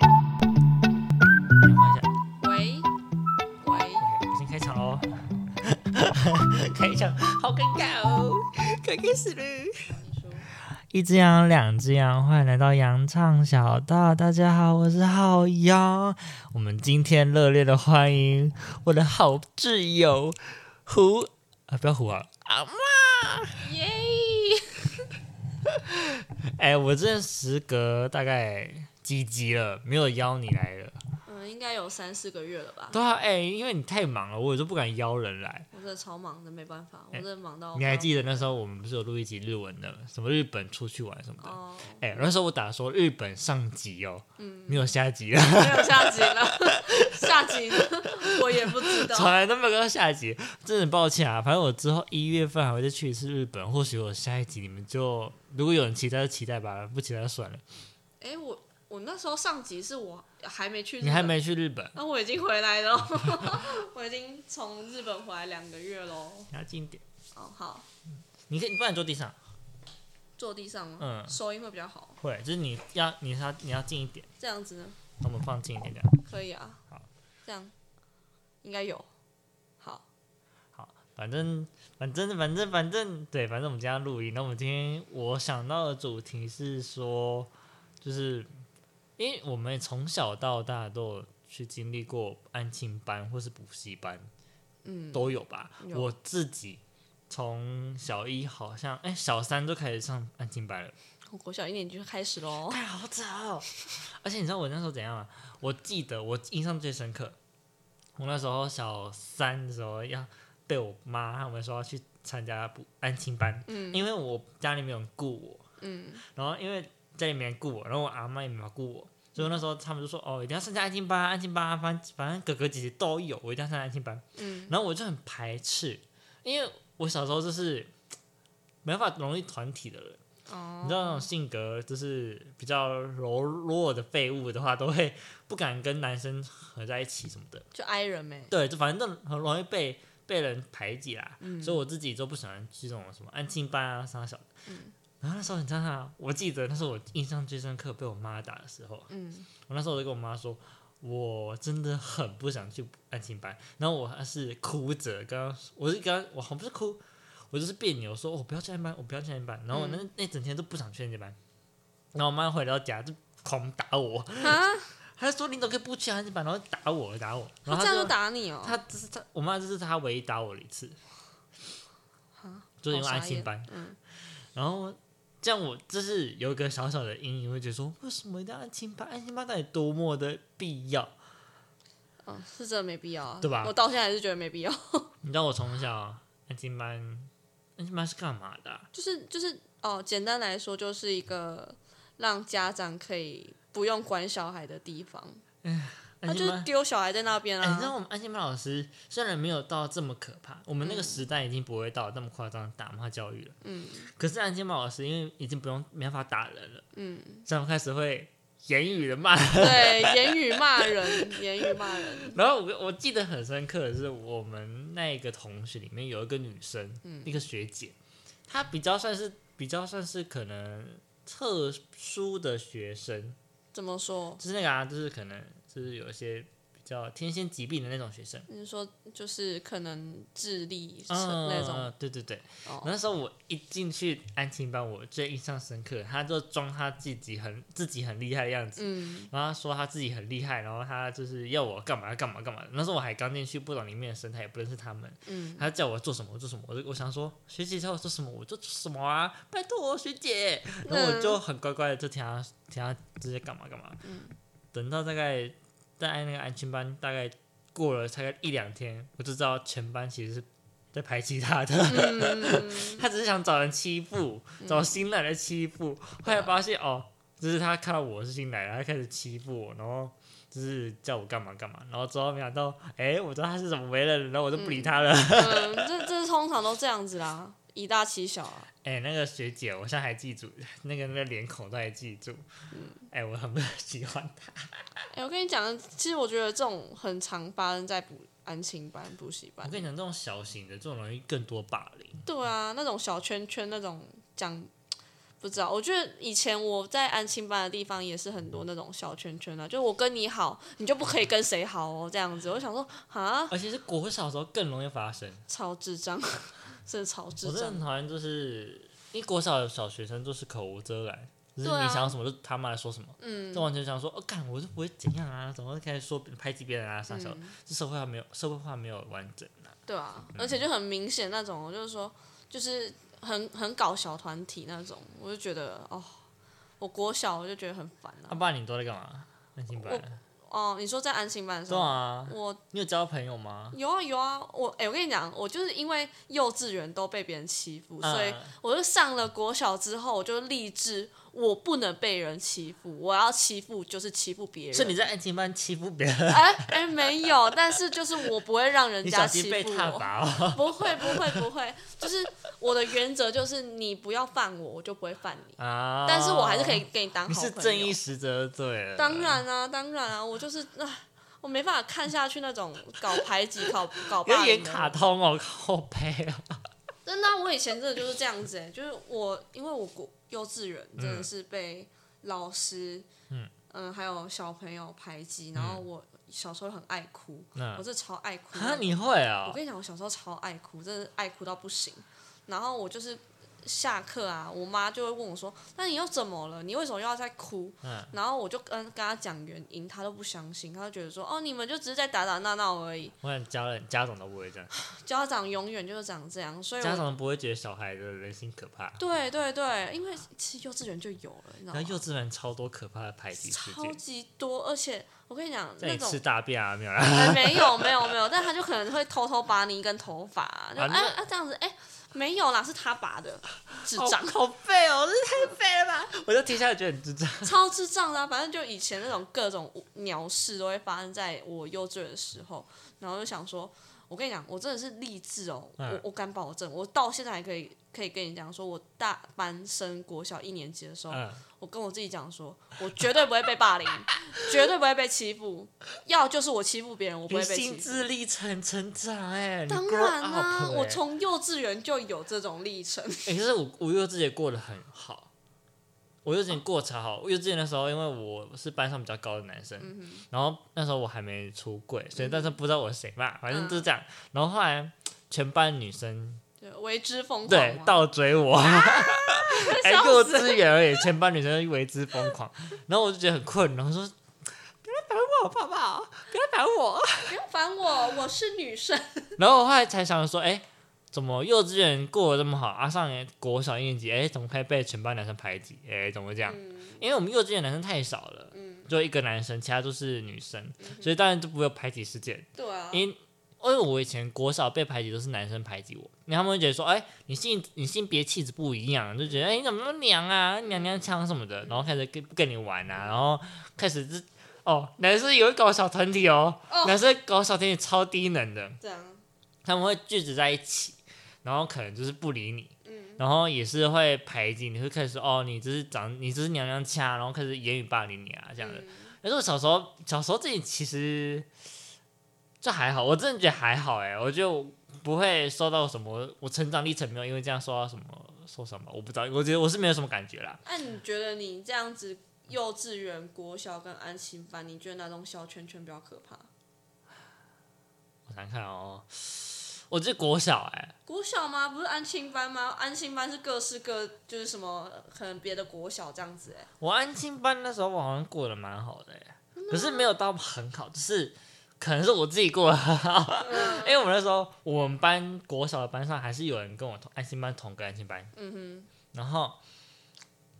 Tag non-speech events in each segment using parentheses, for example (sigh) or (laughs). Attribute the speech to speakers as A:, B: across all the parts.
A: (laughs) 哦
B: 可以死绿。
A: 一只羊，两只羊，欢迎来到羊唱小道。大家好，我是好羊。我们今天热烈的欢迎我的好挚友胡啊，不要胡啊，阿妈。
B: 耶！
A: 哎，我这时隔大概几集了，没有邀你来了。
B: 嗯，应该有三四个月了吧？
A: 对啊，哎，因为你太忙了，我就不敢邀人来。
B: 我真的超忙的，没办法，我
A: 哎
B: 真的忙到。
A: 你还记得那时候我们不是有录一集日文的，什么日本出去玩什么的？
B: 哦，
A: 哎、那时候我打说日本上集哦，没有下集了。
B: 没有下集了， (laughs) 下集 (laughs) 呢我也不知
A: (laughs) 从
B: 道。
A: 来都没有跟到下一集，真的很抱歉啊。反正我之后一月份还会再去一次日本，或许我下一集你们就如果有人期待就期待吧，不期待就算了。
B: 哎，我我那时候上集是我还没去，
A: 你还？没去日本，
B: 那我已经回来了， (laughs) 我已经从日本回来两个月喽。
A: 你要近一点，
B: 哦，好，
A: 你可以，你不然你坐地上，
B: 坐地上吗？
A: 嗯
B: 收音会比较好，
A: 会就是你要你要你要近一点，
B: 这样子呢？
A: 那我们放近一点点。
B: 可以啊。
A: 好，
B: 这样应该有。好，
A: 反正反正反正反正对，反正我们今天要录音。那我们今天我想到的主题是说，就是因为我们从小到大都有去经历过安亲班或是补习班，
B: 嗯，
A: 都有吧。
B: 有
A: 我自己从小一好像哎、小三就开始上安亲班了，
B: 我国小一年级就开始喽。
A: 哎好早哦、 (laughs) 而且你知道我那时候怎样吗？我记得我印象最深刻，我那时候小三的时候要被我妈他们说要去参加补安亲班，
B: 嗯
A: 因为我家里没有人顾我，
B: 嗯
A: 然后因为家里没人顾我，然后我阿妈也没有顾我，所以那时候他们就说哦，一定要参加安亲班，安亲班，反反正哥哥姐姐都有，我一定要参加安亲班。
B: 嗯
A: 然后我就很排斥，因为我小时候就是没办法融入团体的人，
B: 哦，
A: 你知道那种性格就是比较柔弱的废物的话，都会 (laughs) 不敢跟男生合在一起什么的。
B: 就 i 人呗。
A: 对，就反正很容易被被人排挤啦。
B: 嗯
A: 所以我自己就不喜欢去这种什么安静班啊、啥小的。
B: 嗯
A: 然后那时候你知道吗？我记得那是我印象最深刻被我妈打的时候，
B: 嗯
A: 我那时候我就跟我妈说，我真的很不想去安亲班，然后我还是哭着，刚刚我是刚我好像不是哭，我就是别扭说，我不要去安亲班，我不要去安亲班，然后我那、
B: 嗯
A: 那整天都不想去安亲班，然后我妈回到家就狂打我，
B: 啊，
A: (laughs) 她就说你怎么可以不去安亲班，然后打我打我，然
B: 他
A: 后她
B: 这样就
A: 就
B: 打你哦。
A: 她这是她我妈这是她唯一打我的一次，
B: 啊
A: 就是因为
B: 好傻
A: 安亲
B: 眼
A: 班，
B: 嗯
A: 然后这样我就是有一个小小的阴影，我会觉得说为什么一定要安亲班，安亲班到底多么的必要。
B: 嗯，是真的没必要啊，
A: 对吧
B: 我到现在还是觉得没必要， (laughs)
A: 你知道我从小啊安亲班，安亲班是干嘛的啊、
B: 就是就是哦，简单来说就是一个让家长可以不用管小孩的地方，他
A: 安
B: 就
A: 亲
B: 是
A: 班，
B: 丢小孩在那边
A: 哎、你知道
B: 啊。
A: 我们安亲班老师虽然没有到这么可怕，我们那个时代已经不会到那么夸张的打骂教育了。
B: 嗯
A: 可是安亲班老师因为已经不用没办法打人了，
B: 嗯，
A: 所以他们开始会言语的骂。
B: 对，言语骂人，言语骂人，
A: 然后我我记得很深刻的是，我们那个同学里面有一个女生，
B: 嗯
A: 一个学姐，她比较算是比较算是可能特殊的学生，
B: 怎么说？
A: 就是那个啊，就是可能就是有一些比较天仙疾病的那种学生，
B: 你说就是可能智力是
A: 嗯，
B: 哦那种
A: 嗯对对对。
B: 哦，
A: 那时候我一进去安亲班，我最印象深刻，他就装他自己很自己很厉害的样子，
B: 嗯
A: 然后他说他自己很厉害，然后他就是要我干嘛干嘛干嘛。那时候我还刚进去，不懂里面的生态，也不认识他们，
B: 嗯，
A: 他叫我做什么我做什么，我就我想说学姐叫我做什么我就做什么啊，拜托我学姐，然后我就很乖乖的就听他听他直接干嘛干嘛，等到大概在那个安全班大概过了大概一两天，我就知道全班其实是在排挤他的， (laughs) 他只是想找人欺负，找新来的欺负，后来发现哦，就是他看到我是新来的，他开始欺负我，然后。就是叫我干嘛干嘛，然后之后没想到，哎、我知道他是怎么为人，然后我就不理他了。
B: 嗯，这这通常都这样子啦，以大欺小啊。
A: 哎、那个学姐，我现在还记住，那个那个脸孔都还记住。
B: 嗯
A: 哎、我很不喜欢她。
B: 哎、我跟你讲，其实我觉得这种很常发生在补安亲班、补习
A: 我
B: 班。
A: 跟你讲，这种小型的，这种容易更多霸凌。
B: 对啊，那种小圈圈那种讲，不知道。我觉得以前我在安亲班的地方也是很多那种小圈圈啊，就我跟你好，你就不可以跟谁好哦，这样子。我想说，啊，
A: 而且是国小的时候更容易发生。
B: 超智障。 (laughs) 真的超智
A: 我真的
B: 障
A: 很。讨厌，就是一国小的小学生就是口无遮拦，就是
B: 对啊
A: 你想什么就他妈来说什么，
B: 嗯
A: 就完全想说，哦，干我就不会怎样啊，怎么会开始说别拍挤别人啊，啥小的，
B: 嗯，
A: 这社会化没有社会化没有完整啊，
B: 对啊，而且就很明显那种，就是说，就是很很搞小团体那种，我就觉得哦，我国小我就觉得很烦
A: 啊，
B: 啊。
A: 不然你都在干嘛？安静
B: 我
A: 班？
B: 哦，你说在安心班的时
A: 啊对
B: 候，
A: 啊，
B: 我
A: 你有交朋友吗？
B: 有啊有啊，我哎、我跟你讲，我就是因为幼稚园都被别人欺负，所以
A: 嗯
B: 我就上了国小之后，我就立志我不能被人欺负，我要欺负就是欺负别人。
A: 是你在安静班欺负别
B: (laughs)
A: 人，
B: 哎哎没有，但是就是我不会让人
A: 你小
B: 家欺
A: 心
B: 负
A: 被踏
B: 我。
A: 伐哦。
B: 不会，不会，不会，就是我的原则就是你不要犯我，我就不会犯你，
A: 啊！
B: 但是我还是可以，跟你当
A: 你
B: 好朋
A: 是
B: 友。
A: 正义使者就对了。
B: 当，然啊，当然啊，我就是唉，我没办法看下去那种搞排挤、搞搞霸
A: 要
B: 凌
A: 演
B: 的。
A: 卡通哦，靠背哦。
B: 真的啊、我以前真的就是这样子哎、就是我因为我国幼稚园真的是被老师，
A: 嗯
B: 嗯还有小朋友排挤，然后我小时候很爱哭，
A: 那
B: 我真的超爱哭的。
A: 啊，你会
B: 嗯我
A: 啊？
B: 跟你讲，我小时候超爱哭，真的爱哭到不行。然后我就是下课啊，我妈就会问我说：“那你又怎么了？你为什么又要在哭？”
A: 嗯
B: 然后我就跟跟她讲原因，她都不相信，她就觉得说：“哦，你们就只是在打打闹闹而已。
A: 我想家人家长都不会这样，”
B: 家长永远就是长这样，所以
A: 家
B: 我
A: 长不会觉得小孩的人心可怕。
B: 对对对，因为其实幼稚园就有了，你知道
A: 然后幼
B: 吗？
A: 稚园超多可怕的排挤事
B: 超
A: 件，
B: 级多，而且我跟你讲，
A: 在
B: 那
A: 你吃
B: 种
A: 大便啊没有
B: (laughs)
A: 啦？
B: 哎，没有没有没有，但他就可能会偷偷拔你一根头发、就
A: 啊
B: 哎
A: 那
B: 啊这样子，哎、没有啦，是他拔
A: (laughs)
B: 的，智障，
A: 好废哦，这太废了吧！ (laughs) 我就听下来觉得很智障。
B: 超智障的啊、反正就以前那种各种鸟事都会发生在我幼稚园的时候，然后就想说，我跟你讲，我真的是励志哦，
A: 嗯
B: 我我敢保证，我到现在还可以可以跟你讲说，我大班升国小一年级的时候，
A: 嗯，
B: 我跟我自己讲说，我绝对不会被
A: (laughs)
B: 霸凌，绝对不会被欺负，要就是我欺负别人，我不
A: 你
B: 会被欺
A: 心
B: 负。
A: 智历程成长哎、你
B: 当
A: grow
B: 然啦、
A: up 哎
B: 我从幼稚园就有这种历程。
A: 哎、欸，可是我我幼稚园过得很好，我幼稚园过得超好。我幼稚园的时候，因为我是班上比较高的男生，然后那时候我还没出柜，所以但是不知道我是谁嘛，反正就是这样。然后后来全班女生
B: 对，为之疯狂。
A: 对倒追我，哎、
B: 笑
A: 幼稚园而已，全班女生为之疯狂。然后我就觉得很困扰，我说不要烦我，好不好？不要烦我。
B: 不要烦我，我是女生。
A: 然后我后来才想说，哎、怎么幼稚园过得这么好啊？上年国小一年级，哎、怎么可以被全班男生排挤？哎、怎么会这样？
B: 嗯
A: 因为我们幼稚园男生太少了，
B: 嗯，
A: 就一个男生，其他都是女生，所以当然就不会有排挤事件。
B: 对啊。
A: 因为因为我以前国小被排挤都是男生排挤我，然后他们会觉得说，哎、你性你性别气质不一样，就觉得哎、你怎么那么娘啊，娘娘腔什么的，然后开始跟不跟你玩啊，然后开始是哦，男生也会搞小团体哦，
B: 哦
A: 男生搞小团体超低能的，
B: 这样，
A: 他们会聚集在一起，然后可能就是不理你，
B: 嗯
A: 然后也是会排挤，你会开始说哦，你这是长，你这是娘娘腔，然后开始言语霸凌你啊这样的。
B: 嗯
A: 但是我小时候，小时候自己其实就还好，我真的觉得还好哎、我就不会受到什么，我成长历程没有因为这样受到什么受伤吧，我不知道，我觉得我是没有什么感觉啦。
B: 那、你觉得你这样子，幼稚园、国小跟安心班，你觉得那种小圈圈比较可怕？
A: 我想看哦，我记得国小哎、
B: 国小吗？不是安心班吗？安心班是各式各，就是什么呃可能别的国小这样子哎、
A: 我安亲班那时候我好像过得蛮好的、欸，可是没有到很好，就是可能是我自己过得很好， (laughs) 因为我那时候我们班国小的班上还是有人跟我同安亲班同个安亲班，
B: 嗯
A: 然后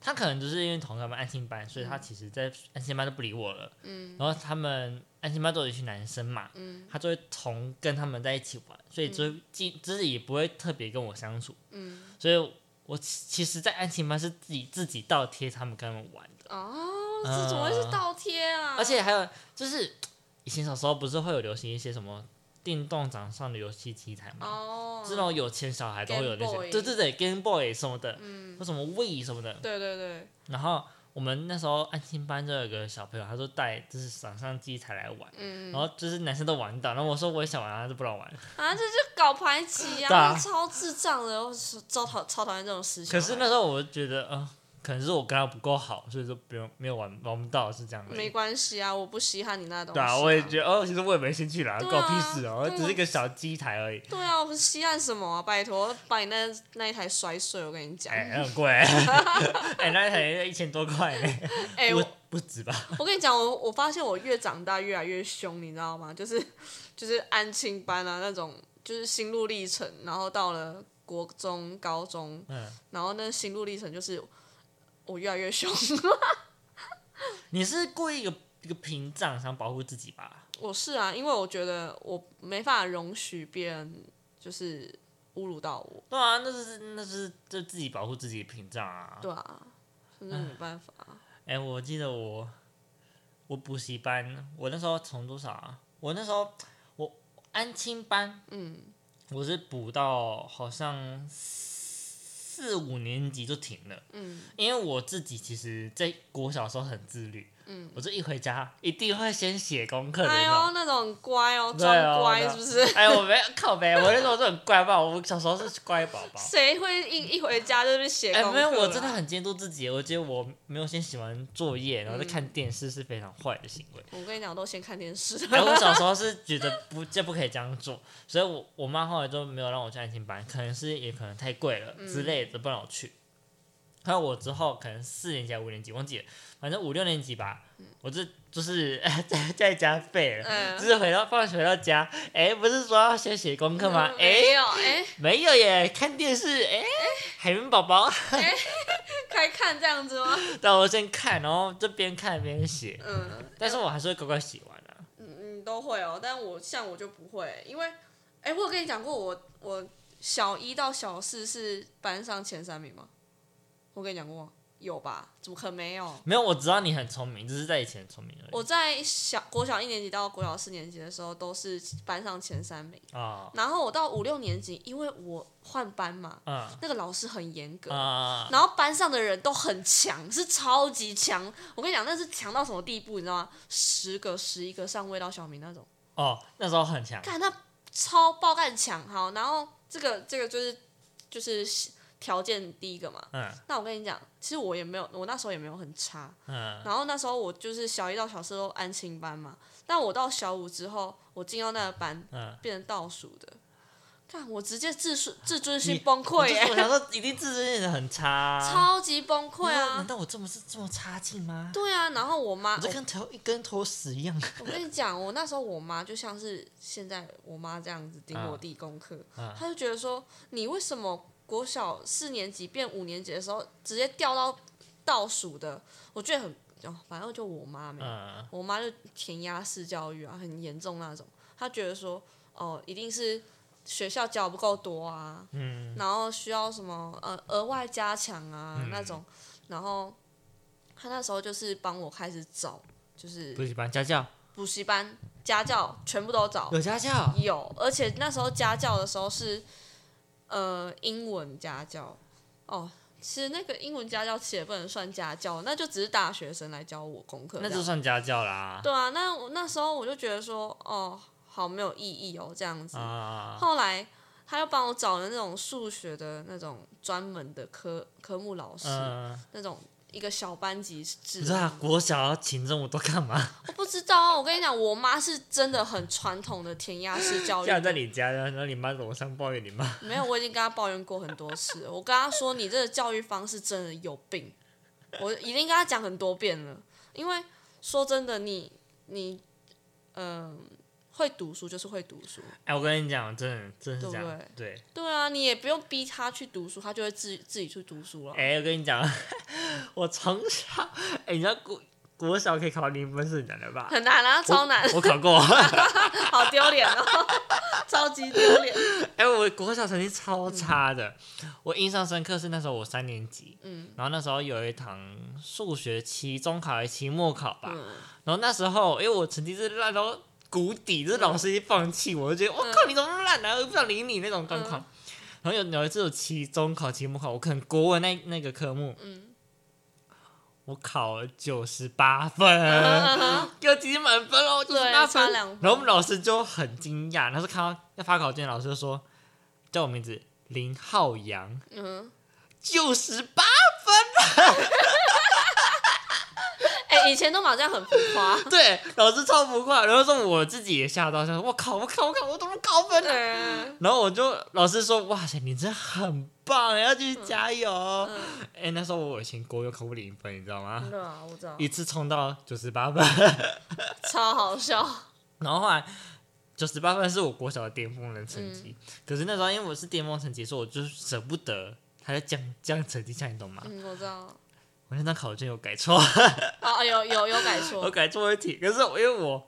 A: 他可能就是因为同个班安亲班，所以他其实在安亲班都不理我了，
B: 嗯
A: 然后他们安亲班都有一群男生嘛，
B: 哼，嗯
A: 他就会同跟他们在一起玩，所以就自自己也不会特别跟我相处，
B: 嗯，
A: 所以我其其实，在安亲班是自己自己倒贴他们跟他们玩的。
B: 哦，这怎么会是倒贴啊？
A: 而且还有就是以前小时候不是会有流行一些什么电动掌上的游戏机台吗？
B: 哦，
A: 这种有钱小孩都会有那
B: Game
A: 些，
B: Boy
A: 对对对，Game Boy 什么的，
B: 嗯，
A: 或什么 We 什么的。
B: 对对对，
A: 然后我们那时候安亲班就有个小朋友，他就带就是掌上机台来玩，
B: 嗯，
A: 然后就是男生都玩到，然后我说我也想玩啊，他就不让我玩。
B: 啊，这就搞排挤
A: 对
B: 啊，
A: 啊
B: 超智障的，我超讨超讨厌这种思想。
A: 可是那时候我就觉得，嗯、可能是我跟他不够好，所以说不用没有玩玩不到是这样的。
B: 没关系啊，我不稀罕你那东西、
A: 对啊，我也觉得哦，其实我也没兴趣啦，
B: 对啊
A: 关我屁事哦，
B: 对
A: 只是一个小机台而已。
B: 对啊，我稀罕什么啊？拜托，把你那那一台摔碎，我跟你讲。
A: 哎、
B: 哎、
A: 很贵、 (laughs) 哎、那一台要一千多块呢、
B: 哎我
A: 不不止吧？
B: 我跟你讲，我我发现我越长大越来越凶，你知道吗？就是就是安亲班啊那种，就是心路历程，然后到了国中、高中，
A: 嗯，
B: 然后那心路历程就是我越来越凶，
A: 你是故意一个一个屏障想保护自己吧？
B: 我是啊，因为我觉得我没办法容许别人就是侮辱到我，
A: 对啊，那是那是就自己保护自己的屏障啊。
B: 对啊，真的没办法啊，
A: 哎、我记得我我补习班，我那时候从多少啊？我那时候我安亲班，
B: 嗯，
A: 我是补到好像四五年级就停了，
B: 嗯，
A: 因为我自己其实在国小的时候很自律，
B: 嗯，
A: 我就一回家一定会先写功课的
B: 哎
A: 那
B: 呦
A: 种。
B: 那种很乖哦，
A: 对哦
B: 装乖
A: 那
B: 是不是？
A: (laughs) 哎，我没有靠呗，我那时候就很乖吧，我小时候是乖宝宝。
B: 谁会一一回家就是写
A: 哎
B: 功，课
A: 没
B: 啊？
A: 有，我真的很监督自己，我觉得我没有先写完作业，然后再
B: 嗯
A: 看电视是非常坏的行为。
B: 我跟你讲，我
A: (laughs)
B: 都先看电视。
A: 然后我小时候是觉得不这不可以这样做，所以我我妈后来就没有让我去安亲班，可能是也可能太贵了
B: 嗯
A: 之类的，不让我去。还有我之后可能四年级还五年级忘记了，反正五六年级吧，我这就是 (laughs) 在在家废了。
B: 嗯
A: 就是回到放学回到家，哎、不是说要先写功课吗？哎、
B: 没有，哎、
A: 没有耶，看电视，哎、海绵宝宝， (laughs)
B: 该看这样子吗？
A: 让我先看，然后这边看边写，
B: 嗯，
A: 但是我还是会乖乖写完啊。
B: 你都会哦，但我像我就不会，因为，哎、我有跟你讲过，我我小一到小四是班上前三名吗？我跟你讲过吗？有吧？怎么可能没有？
A: 没有，我知道你很聪明，只是在以前聪明而已。
B: 我在小国小一年级到国小四年级的时候都是班上前三名，
A: 啊、
B: 然后我到五六年级，因为我换班嘛，
A: 嗯
B: 那个老师很严格，
A: 啊，
B: 然后班上的人都很强，是超级强。我跟你讲，那是强到什么地步，你知道吗？十个、十一个上位到小明那种，
A: 哦，那时候很强，
B: 看那超爆干强。好，然后这个这个就是就是条件第一个嘛。
A: 嗯
B: 那我跟你讲，其实我也没有，我那时候也没有很差。
A: 嗯，
B: 然后那时候我就是小一到小四都安亲班嘛，但我到小五之后，我进到那个班
A: 嗯
B: 变成倒数的，看我直接自尊自尊
A: 你
B: 心崩
A: 我
B: 溃
A: 就
B: 耶、
A: 我想说，一定自尊心很差啊，
B: 超级崩溃
A: 难道
B: 啊
A: 难！道我这么是这么差劲吗？
B: 对啊，然后我妈
A: 我就跟头一根头屎一
B: (laughs)
A: 样。
B: 我跟你讲，我那时候我妈就像是现在我妈这样子盯
A: 嗯
B: 我弟功课，
A: 啊
B: 她就觉得说你为什么国小四年级变五年级的时候直接掉到倒数的？我觉得很，哦、反正就我妈没有，
A: 嗯，
B: 我妈就填鸭式教育啊，很严重那种。她觉得说哦，一定是学校教不够多啊，
A: 嗯，
B: 然后需要什么呃额外加强啊、那
A: 嗯
B: 种，然后她那时候就是帮我开始找。就是
A: 补习班家教
B: 补习班、家教全部都找
A: 有家教，
B: 哦有，而且那时候家教的时候是呃英文家教哦。其实那个英文家教其实也不能算家教，那就只是大学生来教我功课这
A: 那
B: 样。
A: 就算家教啦。
B: 对啊，那我那时候我就觉得说，哦，好没有意义哦，这样子。
A: 啊，
B: 后来他又帮我找了那种数学的那种专门的科科目老师，
A: 嗯，
B: 那种一个小班级制。
A: 不是啊，国小要请这么多干嘛？
B: 我不知道啊，我跟你讲，我妈是真的很传统的填鸭式教
A: 这
B: 育。
A: 样在你家，然后你妈楼上抱怨你妈，
B: 没有，我已经跟她抱怨过很多次了。我跟她说，你这个教育方式真的有病。我已经跟她讲很多遍了，因为说真的，你你嗯、会读书就是会读书，
A: 哎，我跟你讲，真的真的是这
B: 对
A: 样
B: 不，
A: 对。
B: 对啊，你也不用逼她去读书，她就会自自己去读书了。
A: 哎、我跟你讲， (laughs) 我从小，哎、你知道国国小可以考零分是很难的吧？
B: 很难啊， (laughs) 超难，
A: 我考过， (laughs)
B: 好丢脸哦，超级丢脸。
A: 哎、我国小成绩超差的。我印象深刻是那时候我三年级，
B: 嗯
A: 然后那时候有一堂数学期中考还是期末考吧，
B: 嗯，
A: 然后那时候因为我成绩是烂到谷底，就是老师一放弃我，我就觉得我靠，你怎么那么烂啊，我不想理你那种状况。然后有有一次我期中考、期末考，我可能国文那那个科目，
B: 嗯
A: 我考了九十八
B: 嗯
A: 分，给我直接满分哦喽，九十
B: 对
A: 八，
B: 差
A: 分。
B: 两分
A: 然后我们老师就很惊讶，他是看到要发考卷，老师就说叫我名字林浩洋，
B: 嗯，
A: 九十八
B: (laughs) 哎、以前都麻将很浮夸，
A: 对，老师超浮夸，然后这种我自己也吓到，想说我靠，我靠，我靠，我怎么高分了、
B: (laughs) 对，啊
A: 然后我就老师说，哇塞，你真的很棒，要继续
B: 嗯
A: 加油。哎、那时候我以前国有考过零分，你知道吗？
B: 对啊，我知道，
A: 一次冲到九十八分， (laughs)
B: 超好笑，
A: 然后后来九十八分是我国小的巅峰的成绩，
B: 嗯
A: 可是那时候因为我是巅峰成绩，所以我就是舍不得他在降降成绩下，你懂吗？
B: 嗯，我知道，
A: 我那张考卷有改错，
B: 啊，有有有改
A: 我
B: 错，
A: 改错一题，可是我因为我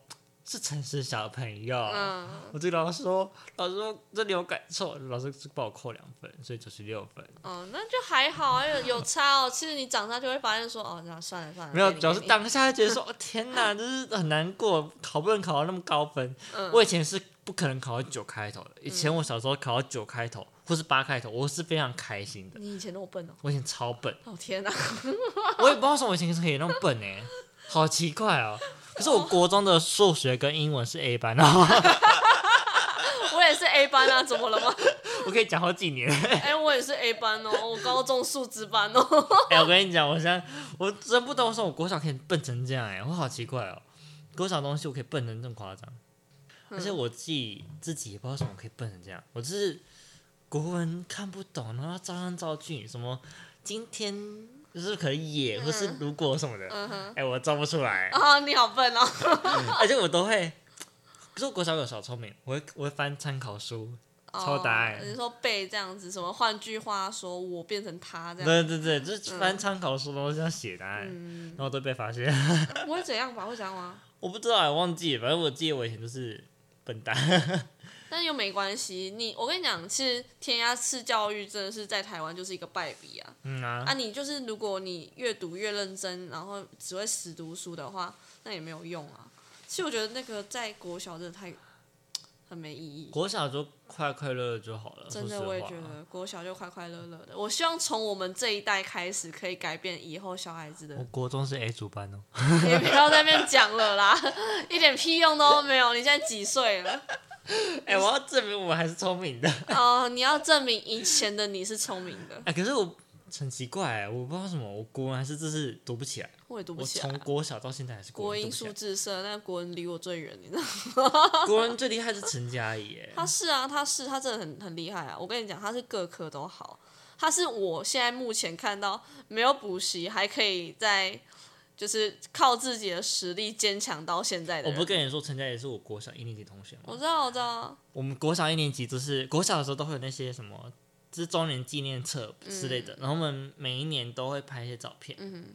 A: 是诚实小朋友，
B: 嗯
A: 我对老师说，老师说这里有改错，老师就帮我扣两分，所以九十六分。
B: 哦，那就还好啊，有有差哦。其实你长大就会发现说，哦，那算了算了，
A: 没有，
B: 给你
A: 主要是
B: 给你
A: 当下就觉得
B: (laughs)
A: 说，哦天哪，就是很难过，考不能考到那么高分。
B: 嗯
A: 我以前是不可能考到九开头的，以前我小时候考到九开头或是八开头，我是非常开心的。
B: 你以前那么笨哦，
A: 我以前超笨，
B: (laughs) 哦天哪，
A: 我也不知道为什么我以前可以那么笨哎、好奇怪哦。可是我国中的数学跟英文是 A 班哦，
B: 我也是 A 班啊，怎么
A: (laughs)
B: 了吗？
A: 我可以讲好几年。
B: 哎、我也是 A 班哦，我高中数资班哦。 (laughs)
A: 哎、我跟你讲，我现在我真不懂，为什么我国小可以笨成这样哎、我好奇怪哦。国小东西我可以笨成这么夸张，而
B: 嗯
A: 且我自己自己也不知道为什么我可以笨成这样。我就是国文看不懂，然后照样造句，什么今天就是可能也或是如果什么的，哎、
B: 嗯哼，
A: 我造不出来，
B: 啊，你好笨哦。
A: 而且我都会。可是我国小有小聪明，我会我会翻参考书，抄答案
B: 哦你说背这样子，什么？换句话说，我变成他这样。
A: 对对对，就是翻参考书，然后这样写答案，
B: 嗯
A: 然，后都被发现。
B: 不会怎样吧？会怎样吗？
A: 我不知道，我忘记了，反正我记得我以前就是笨蛋。
B: 但又没关系。你，我跟你讲，其实填鸭式教育真的是在台湾就是一个败笔啊。
A: 嗯啊
B: 啊，，你就是如果你越读越认真，然后只会死读书的话，那也没有用啊。其实我觉得那个在国小真的太很没意义。
A: 国小就快快乐乐就好了。说
B: 真的，
A: 实
B: 我也
A: 话啊
B: 觉得国小就快快乐乐的。我希望从我们这一代开始，可以改变以后小孩子的
A: 我。国中是 A 组班哦，
B: 也不要在那边讲了啦， (laughs) 一点屁用都没有。你现在几岁了？
A: (laughs) 哎、我要证明我还是聪明的。
B: 哦、你要证明以前的你是聪明的。
A: 哎、可是我很奇怪、欸我不知道为什么，我国文还是就是读不起来。
B: 我也读不
A: 我
B: 起来
A: 从
B: 啊。
A: 国小到现在还是
B: 国
A: 文读
B: 英
A: 不起
B: 数
A: 来。
B: 自社，但国文离我最远，你知道吗？
A: 国文最厉害是陈嘉怡，
B: (laughs)
A: 哎，
B: 他是啊，他是，他真的很很厉害啊！我跟你讲，他是各科都好，他是我现在目前看到没有补习还可以在就是靠自己的实力坚强到现在的
A: 我
B: 人。
A: 不是跟你说，陈嘉怡是我国小一年级同学
B: 我
A: 吗？
B: 知道，我知道，
A: 我们国小一年级就是国小的时候都会有那些什么，就是周年纪念册之类的，然后我们每一年都会拍一些照片。
B: 嗯，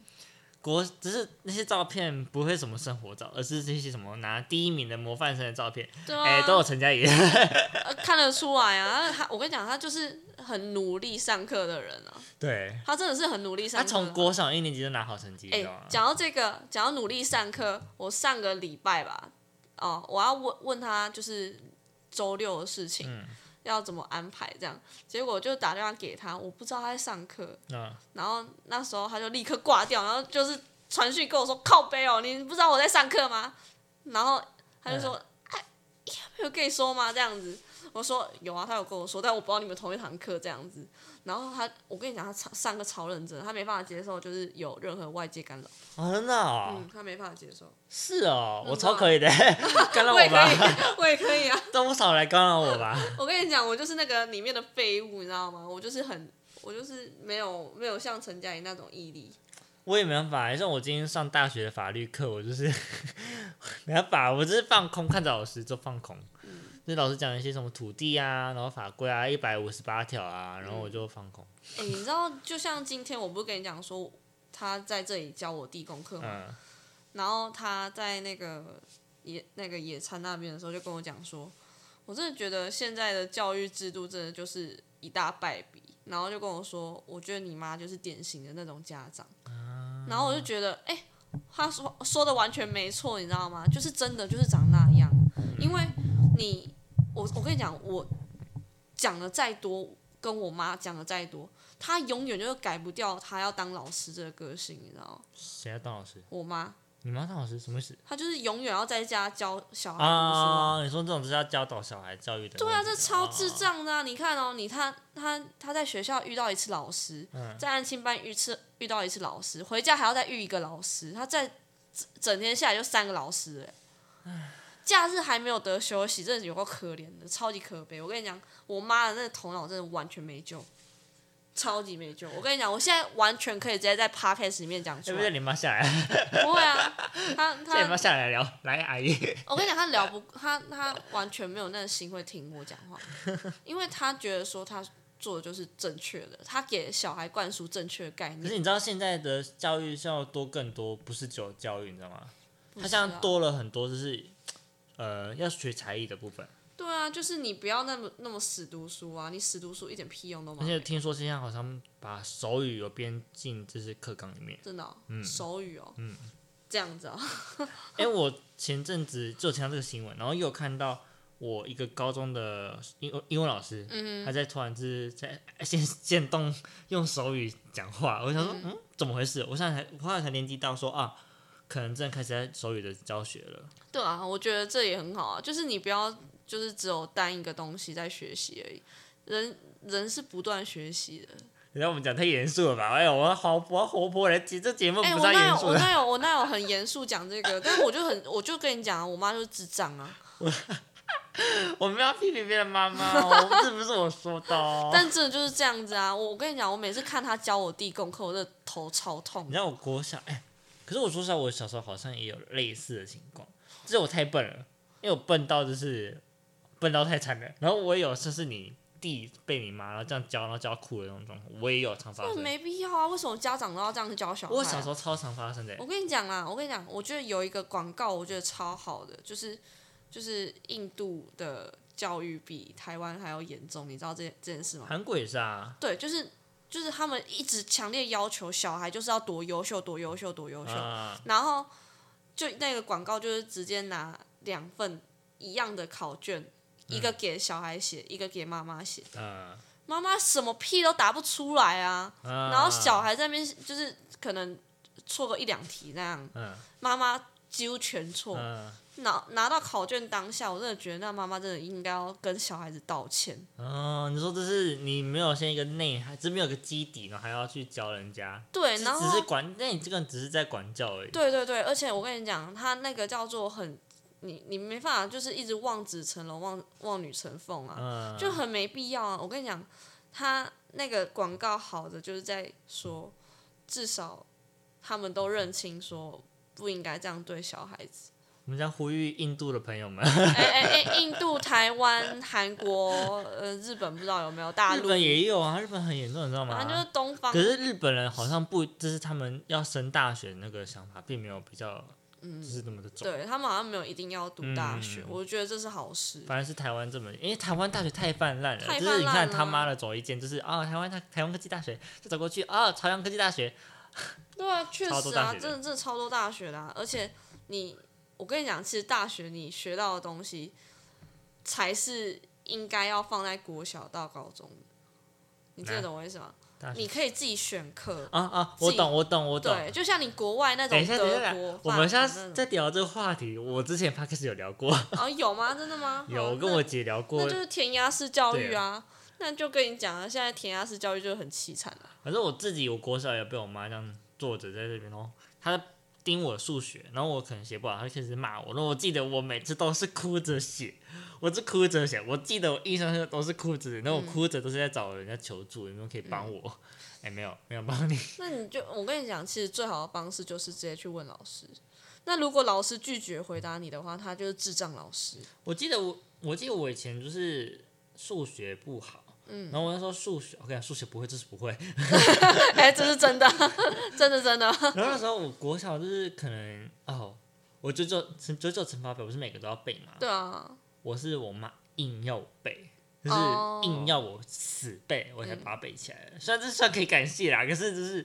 A: 国只是那些照片不会什么生活照，而是这些什么拿第一名的模范生的照片，
B: 对啊，
A: 哎、都有陈佳怡。
B: 呃看得出来啊。他，我跟你讲，他就是很努力上课的人啊，
A: 对，
B: 他真的是很努力上
A: 他
B: 课。
A: 从国小一年级就拿好成绩，你哦
B: 哎
A: 知道吗，？
B: 讲到这个，讲到努力上课，我上个礼拜吧，哦，我要问问他就是周六的事情、
A: 嗯
B: 要怎么安排，这样，结果就打电话给他，我不知道他在上课，
A: 嗯，
B: 然后那时候他就立刻挂掉，然后就是传讯跟我说靠背哦，你不知道我在上课吗？然后他就说，
A: 嗯
B: 哎、有跟你说吗？这样子，我说有啊，他有跟我说，但我不知道你们同一堂课这样子。然后他，我跟你讲，他超上课超认真，他没办法接受就是有任何外界干扰。
A: 哦，真的、哦
B: 嗯，他没办法接受。
A: 是哦，
B: 真的
A: 我超
B: (laughs)
A: 可以的，干扰
B: 我也
A: 我
B: 可
A: 吧，
B: 以， (laughs) 我也可以啊。
A: 多少来干扰我吧。
B: 我跟你讲，我就是那个里面的废物，你知道吗？我就是很，我就是没有没有像陈佳怡那种毅力。
A: 我也没办法，欸像我今天上大学的法律课，我就是 (laughs) 没办法，我就是放空，看着老师就放空。
B: 嗯
A: 就老师讲一些什么土地啊，然后法规啊，一百五十八条啊，然后我就放空。
B: 哎、你知道，就像今天我不是跟你讲说他在这里教我弟功课吗？
A: 嗯，
B: 然后他在那个野那个野餐那边的时候，就跟我讲说，我真的觉得现在的教育制度真的就是一大败笔。然后就跟我说，我觉得你妈就是典型的那种家长。然后我就觉得，哎、他说哦说的完全没错，你知道吗？就是真的就是长那样，因为你，我我跟你讲，我讲的再多，跟我妈讲的再多，她永远就是改不掉她要当老师这个个性，你知道吗？
A: 谁要当老师？
B: 我妈，
A: 你妈当老师什么意思？
B: 他就是永远要在家教小孩读书啊
A: 啊，你说这种就是要教导小孩教育的问题的？
B: 对啊，这超
A: 智
B: 智
A: 障。
B: 障的、啊！你看哦，你他他他在学校遇到一次老师，
A: 嗯
B: 在安亲班遇次遇到一次老师，回家还要再遇一个老师，他在整整天下来就三个老师哎。假日还没有得休息，真的有够可怜的，超级可悲。我跟你讲，我妈的那个头脑真的完全没救，超级没救。我跟你讲，我现在完全可以直接在 podcast 里面讲出
A: 哎要不要 (laughs)
B: 来，
A: 你妈下来？
B: 不会啊，他
A: (laughs) 叫你妈
B: 他，
A: 下来聊，来阿姨。
B: 我跟你讲，他聊不，他他完全没有那个心会听我讲
A: (laughs)
B: 话，因为他觉得说他做的就是正确的，他给小孩灌输正确的概
A: (laughs) 可
B: 念
A: 是。你知道现在的教育是要多更多，不是只有教育，你知道吗？
B: 不
A: 它
B: 是
A: 像
B: 啊
A: 多了很多，就是呃要学才艺的部分。
B: 对啊，就是你不要那么那么死读书啊，你死读书一点屁用都
A: 而
B: 没
A: 且
B: 有。
A: 听说现在好像把手语有编进就是课纲里面。
B: 真的、哦，
A: 嗯
B: 手语哦，
A: 嗯
B: 这
A: (laughs)
B: 样子哦，
A: 哎、我前阵子就有听到这个新闻，然后又有看到我一个高中的英文英文老师，
B: 嗯
A: 他在突然就是在现现动用手语讲话，我想说，嗯
B: 嗯
A: 怎么回事？我现在才我后来才联系到说啊，可能真的开始在手语的教学了。
B: 对啊，我觉得这也很好啊，就是你不要就是只有单一个东西在学习而已，人人是不断学习的。
A: 然后我们讲太严肃了吧？哎呦，我好我要活泼来接这节哦目不
B: 哎、
A: 是
B: 我
A: 要
B: 那
A: 严
B: 有
A: 肃
B: 我
A: 的。
B: 那有我那有很严肃讲这个，但是我就很我就跟你讲啊，我妈就是智障啊，
A: 我们要批评别人妈妈 (laughs) 哦，这不是我说的、哦。
B: 但真的就是这样子啊。我我跟你讲，我每次看她教我弟功课，我的头超痛
A: 你。知道我国小哎、可是我说实话，我小时候好像也有类似的情况，就是我太笨了，因为我笨到就是笨到太惨了。然后我也有就是你弟被你妈然后这样教，然后教哭的那种状况，我也有常发
B: 那
A: 生。
B: 没必要啊！为什么家长都要这样教小孩啊、
A: 我小时候超常发生的、
B: 我跟你讲啊，我跟你讲，我觉得有一个广告，我觉得超好的，就是就是印度的教育比台湾还要严重，你知道这这件事吗？
A: 韩国也是啊，
B: 对，就是就是他们一直强烈要求小孩就是要多优秀，多优秀，多优秀，
A: 啊，
B: 然后就那个广告就是直接拿两份一样的考卷，一个给小孩写，一个给妈妈写，
A: 嗯、
B: 妈妈什么屁都答不出来啊，
A: 啊
B: 然后小孩在那边就是可能错个一两题那样。
A: 嗯
B: 妈妈几乎全错。
A: 嗯
B: 拿拿到考卷当下，我真的觉得那妈妈真的应该要跟小孩子道歉。
A: 哦，你说这是你没有先一个内涵，这没有个基底，然后还要去教人家，
B: 对，
A: 这
B: 然
A: 只是
B: 后
A: 管，那你这个只是在管教而已。
B: 对对对，而且我跟你讲，他那个叫做很，你你没办法，就是一直望子成龙，望望女成凤啊，
A: 嗯，
B: 就很没必要啊。我跟你讲，他那个广告好的就是在说，至少他们都认清说不应该这样对小孩子。
A: 我们将呼吁印度的朋友们，
B: 哎哎哎，印度、台湾、韩国、呃日本不知道有没有大
A: 日
B: 陆
A: 本也有啊，日本很严重，你知道吗？
B: 反正就是东方
A: 可是日本人好像不，就是他们要升大学那个想法，并没有比较，就是那么的重。
B: 嗯对他们好像没有一定要读大学，
A: 嗯
B: 我觉得这是好事。
A: 反而是台湾这么，因为台湾大学太泛滥了，
B: 太
A: 就是你
B: 泛滥
A: 看他妈
B: 了
A: 的走一间，就是啊、台湾大台湾科技大学，就走过去啊、朝阳科技大学，
B: 对啊，确
A: 超多
B: 实
A: 大
B: 啊，
A: 学的
B: 真的真的超多大学的、啊，而且你，我跟你讲，其实大学你学到的东西才是应该要放在国小到高中的，你真的
A: 哪
B: 懂我意思吗？
A: 大
B: 你
A: 学
B: 可以自己选课，
A: 啊啊，
B: 自
A: 我
B: 己
A: 懂我懂我懂。
B: 对，就像你国外那
A: 等一
B: 种
A: 下，等一
B: 德
A: 下，
B: 国、
A: 我们现
B: 法
A: 在
B: 国
A: 在聊这个话题，我之前 p o d 有聊过，？
B: 那种啊有吗？真的吗
A: (laughs) 有
B: 好
A: 我跟
B: 那
A: 我姐聊过
B: 那，就是填鸭式教育啊。那就跟你讲啊，现在填鸭式教育就很凄惨了、
A: 反正我自己，我国小也被我妈这样坐着在这边哦，她盯我数学，然后我可能写不好，她就开始骂我。然后我记得我每次都是哭着写， (laughs) 我是哭着写，我记得我印象中都是哭着的，然后我哭着都是在找人家求助，有没有可以帮我？哎、没有，没有帮你。
B: 那你就我跟你讲，其实最好的方式就是直接去问老师。那如果老师拒绝回答你的话，他就是智障老师。
A: 我记得我，我记得我以前就是数学不好。嗯，然后我那时候数学，我跟你讲，数学不会就是不会。
B: (laughs)
A: (laughs)
B: 哎、这是真的， (laughs) 真的 (laughs) 真的。
A: 然后那时候我国小就是可能哦，我就就就就乘法表不是每个都要背嘛，
B: 对啊，
A: 我是我妈硬要我背，就是
B: 哦嗯
A: 硬要我死背，我才把它背起来的。虽然这算可以感谢啦，可是就是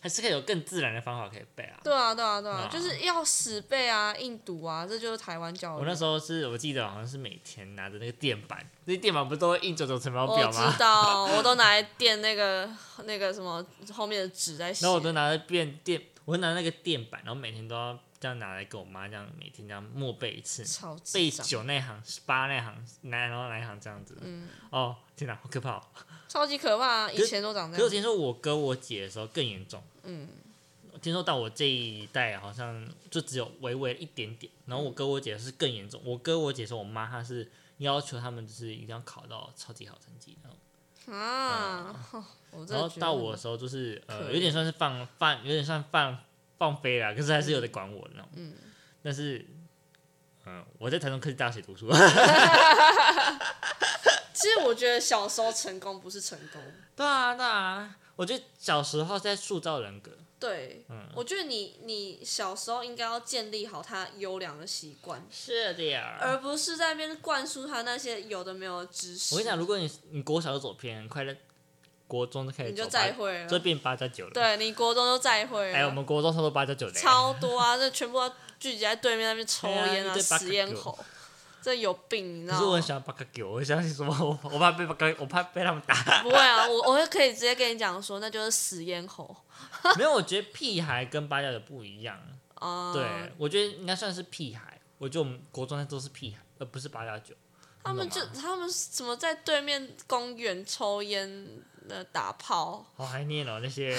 A: 还是可以有更自然的方法可以背啊。
B: 对啊，对啊，对啊，
A: 啊
B: 就是要死背啊，硬读啊，这就是台湾教育。
A: 我那时候是我记得好像是每天拿着那个垫板，那垫板不是都会印九九乘法
B: 我
A: 表吗 (laughs)
B: 知？道，我都拿来垫那个那个什么后面的纸在写
A: 然后。我都拿着垫垫，我就拿那个垫板，然后每天都要这样拿来给我妈，这样每天这样默背一次，
B: 超
A: 背
B: 智障，
A: 九那行、十八那行、哪然后哪一行这样子。
B: 嗯，
A: 哦，天哪，好可怕、哦！
B: 超级可怕，啊以
A: 是
B: 前都长
A: 可
B: 这
A: 是我
B: 样，
A: 听说我哥我姐的时候更严重，
B: 嗯，
A: 听说到我这一代好像就只有微微一点点，然后我哥我姐是更严重。我哥我姐说我妈她是要求他们就是一定要考到超级好成绩，然后
B: 啊，哦 (laughs) 我真
A: 嗯然后
B: 的觉得
A: 到我的
B: 很
A: 时候就是
B: 可
A: 呃
B: 怜
A: 有点算是放放有点算放放飞啦，可是还是有得管我那种。
B: 嗯
A: 但是嗯、呃我在台中科技大学读书，
B: 其实我觉得小时候成功不是成功，
A: 对 (laughs) 啊对啊，我觉得小时候在塑造人格，
B: 对，
A: 嗯
B: 我觉得你你小时候应该要建立好他优良的习惯，
A: 是的呀
B: 而不是在那边灌输他那些有的没有的知识。
A: 我跟你讲，如果你你国小就走偏，很快在国中就开始
B: 你就
A: 走
B: 再
A: 八，
B: 会
A: 就
B: 了，
A: 变八加九了。
B: 对你国中就再会
A: 哎，我
B: 了，
A: 们国中差不多八加九的。
B: 超多啊，这全部要聚集在对面那边抽
A: 对啊
B: 烟
A: 一
B: 啊，
A: 堆八
B: 食
A: 嘎
B: 烟
A: 狗
B: 猴，这有病，你知
A: 可是我
B: 道
A: 很
B: 吗？
A: 喜欢八加九，我相信什么？我我怕被八加，我怕被他们打。
B: 不会啊，我我会可以直接跟你讲说，那就是食烟猴
A: (laughs) 没有，我觉得屁孩跟八加九不一样。
B: 啊。
A: 对，我觉得应该算是屁孩。我觉得我们国中那都是屁孩，而不是八加九。
B: 他们
A: 你
B: 就
A: 懂吗
B: 他们怎么在对面公园抽烟、呃打炮，
A: 好怀念哦那
B: (laughs)
A: 些。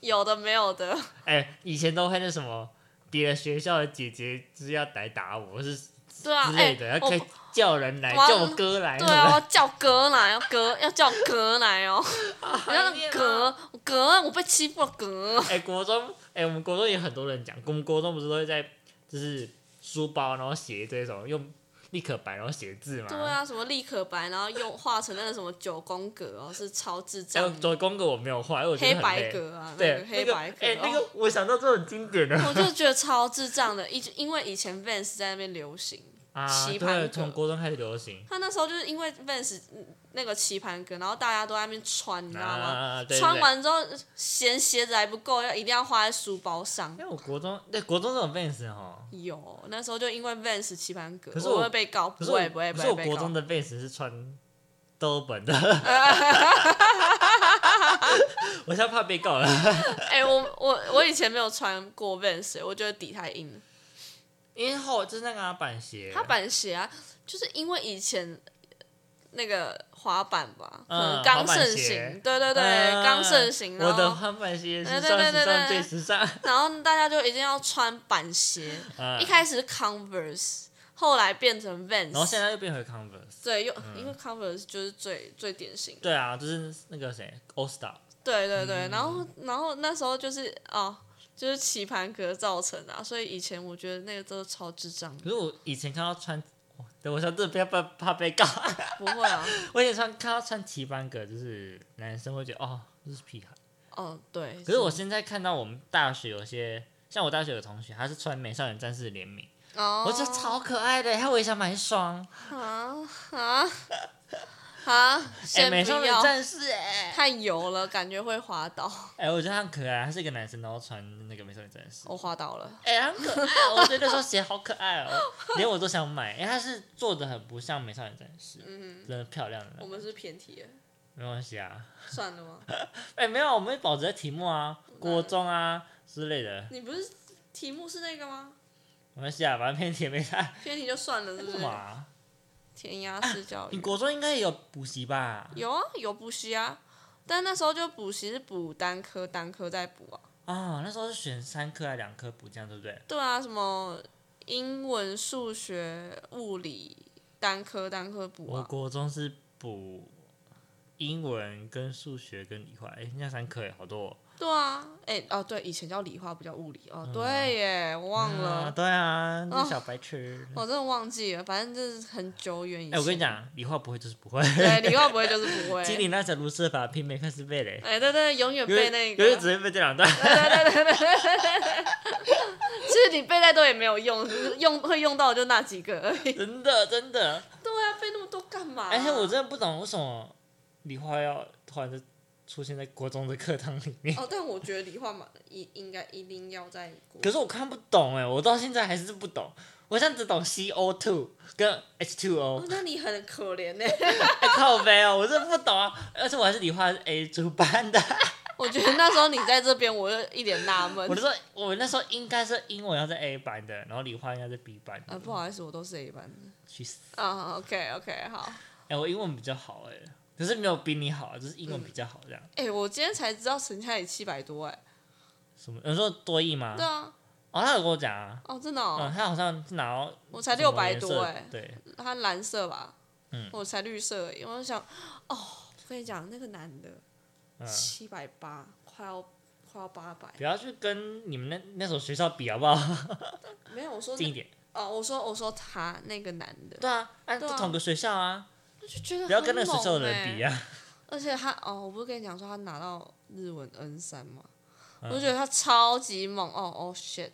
B: 有的没有的，
A: 哎，以前都会那什么，别的学校的姐姐就是要来打我，是之
B: 对啊，哎、
A: 类的，要
B: 我
A: 可以叫人来，
B: 我要
A: 叫我哥来，
B: 对
A: 什么
B: 啊，
A: 的
B: 我要叫哥来，要哥要叫哥来
A: (laughs)
B: 哦，
A: 好
B: 然后
A: 怀念哦
B: 哥我哥我被欺负了哥， (laughs)
A: 哎、国中，哎、我们国中也很多人讲，我们国中不是都会在就是书包，然后写一堆什么用立可白，然后写字嘛。
B: 对啊，什么立可白，然后又画成那个什么九宫格哦，是超智
A: 哎。
B: 障
A: 有，左公格我没有画，因为我觉
B: 黑
A: 得很
B: 白
A: 累。
B: 格啊，那
A: 对
B: 个，黑白格、
A: 那
B: 哦
A: 个，哎、那个我想到这种经典的
B: (laughs) 我就觉得超智障的，因因为以前 Vans 在那边流行。
A: 啊，
B: 棋盘
A: 对，
B: 格
A: 从国中开始流行，
B: 他那时候就是因为 Vans 嗯那个棋盘格，然后大家都在那边穿，你知道吗？
A: 啊，对对
B: 穿
A: 对。
B: 完之后嫌鞋子还不够，要一定要花在书包上
A: 因。为我国中，对国中这种 Vans 哈，
B: 有那时候就因为 Vans 棋盘格，
A: 可是我
B: 我会被告，
A: 可
B: 不
A: 是我
B: 会不会
A: 可
B: 不
A: 是我
B: 会被
A: 国
B: 告
A: 中。的 Vans 是穿兜本
B: (laughs)
A: 的，我现在怕被告了。
B: 哎、我我我以前没有穿过 Vans，我觉得欸底太硬了。
A: 因为后就是那个、啊、板鞋，
B: 它板鞋啊，就是因为以前那个滑板吧，
A: 嗯
B: 可能刚盛
A: 滑板鞋
B: 行，对对对，
A: 嗯
B: 刚盛行，
A: 我
B: 然
A: 的
B: 后
A: 滑板鞋时
B: 对
A: 尚
B: 对对
A: 时
B: 对
A: 尚最
B: 对
A: 时尚。
B: 然后大家就一定要穿板鞋。
A: 嗯
B: 一开始是 Converse，后来变成 Vans，
A: 然后现在嗯又变回 Converse。
B: 对，又、因为 Converse 就是最最典型的，
A: 对啊，就是那个谁，All Star。
B: 对对对，然后
A: 嗯
B: 然后那时候就是哦，就是棋盘格造成的啊、所以以前我觉得那个都是超智障的，
A: 可是我以前看到穿，哦对我想这不要怕怕被告。 (laughs)
B: 不会啊，
A: 我以前穿看到穿齐班格，就是男生会觉得哦，这是屁孩。
B: 哦对，
A: 可是我现在看到我们大学有些，像我大学有同学，他是穿美少女战士联名，
B: 哦，
A: 我觉得超可爱的，他我也想买一双。
B: 啊啊啊，
A: 哎，
B: 先
A: 美少
B: 不
A: 女
B: 要，
A: 战士，哎，
B: 太油了，感觉会滑倒，
A: 哎，我觉得他很可爱，他是一个男生，然后穿那个美少女战士。
B: 我滑倒了，
A: 哎、很可爱， (laughs) 我觉得那双鞋好可爱哦，连我都想买。哎、它是做的很不像美少女战士，
B: 嗯，
A: 真的漂亮的
B: 我，们是偏题了，
A: 没关系啊。
B: 算了吗？
A: 哎、没有，我们会保持在题目啊，国中啊之类的，
B: 你不是题目是那个吗？
A: 没关系啊，反正偏题没看。
B: 偏题就算了，是
A: 为
B: 不
A: 什
B: 是
A: 么？啊、
B: 填鸭式教
A: 你
B: 育。
A: 国中应该也有补习吧？
B: 有啊，有补习啊，但那时候就补习是补单科，单科再补啊。
A: 啊、那时候是选三科还是两科补这样，对不对？
B: 对啊，什么英文、数学、物理单科单科补
A: 我
B: 啊。
A: 国中是补英文、跟数学、跟理化，哎、那三科哎，好多、哦。
B: 对啊，哎、哦对，以前叫理化不叫物理哦，
A: 嗯
B: 对耶，我忘
A: 啊
B: 了，
A: 对啊，那
B: 哦
A: 小白痴。
B: 我真的忘记了，反正就是很久远以
A: 哎、
B: 前。
A: 我跟你，讲，理化不会就是不会。
B: 对，理化不会就
A: (laughs)
B: 是不会。
A: 经理那首卢瑟法拼没看是背嘞，
B: 哎、对对，永远
A: 因为
B: 背那
A: 因为
B: 个。
A: 只会背这两段。
B: 其实你背再多也没有用，用会用到的就那几个而已。 (laughs)
A: 真的真的，
B: 对啊，背那么多干嘛、
A: 而且哎我真的不懂为什么理化要突然就出现在国中的课堂里面。
B: 哦，但我觉得理化嘛，应应该一定要在国
A: 可是我看不懂哎，我到现在还是不懂。我现在只懂 CO two 跟 H two
B: 哦
A: O，，
B: 那你很可怜呢、 (laughs)
A: 哎靠背哦，我真的不懂啊！而且我还是理化 A 主班的，
B: 我觉得那时候你在这边，我就一脸纳闷
A: 我。那时候我那时候应该是英文要在 A 班的，然后理化应该在 B 班
B: 呃，
A: 的。
B: 不好意思，我都是 A 班的。
A: 去死！
B: 啊，OK OK，好。
A: 哎、我英文比较好哎、可是没有比你好啊，就是英文比较好这样。
B: 哎、我今天才知道陈佳怡七百多哎、
A: 什么？你说多益吗？
B: 对啊，
A: 哦，他有跟我讲啊，
B: 哦，真的哦，
A: 嗯，他好像是拿到
B: 我才
A: 什
B: 六
A: 么
B: 百
A: 颜
B: 多
A: 色
B: 哎、
A: 对，
B: 他蓝色吧，
A: 嗯
B: 我才绿色而已。我就想，哦，我跟你讲，那个男的
A: 嗯，
B: 七百八，快要快要八百，
A: 不要去跟你们那那所学校比好不好？
B: 没有，我说
A: 近一
B: 那
A: 点。
B: 哦，我说我说他那个男的，
A: 对啊，按
B: 对啊
A: 同个学校啊，
B: 我就觉得
A: 不要跟那
B: 很
A: 个学校的
B: 猛
A: 人比
B: 欸
A: 啊。
B: 而且他哦，我不是跟你讲说他拿到日文 N 三吗？
A: 嗯
B: 我就觉得他超级猛哦哦 shit，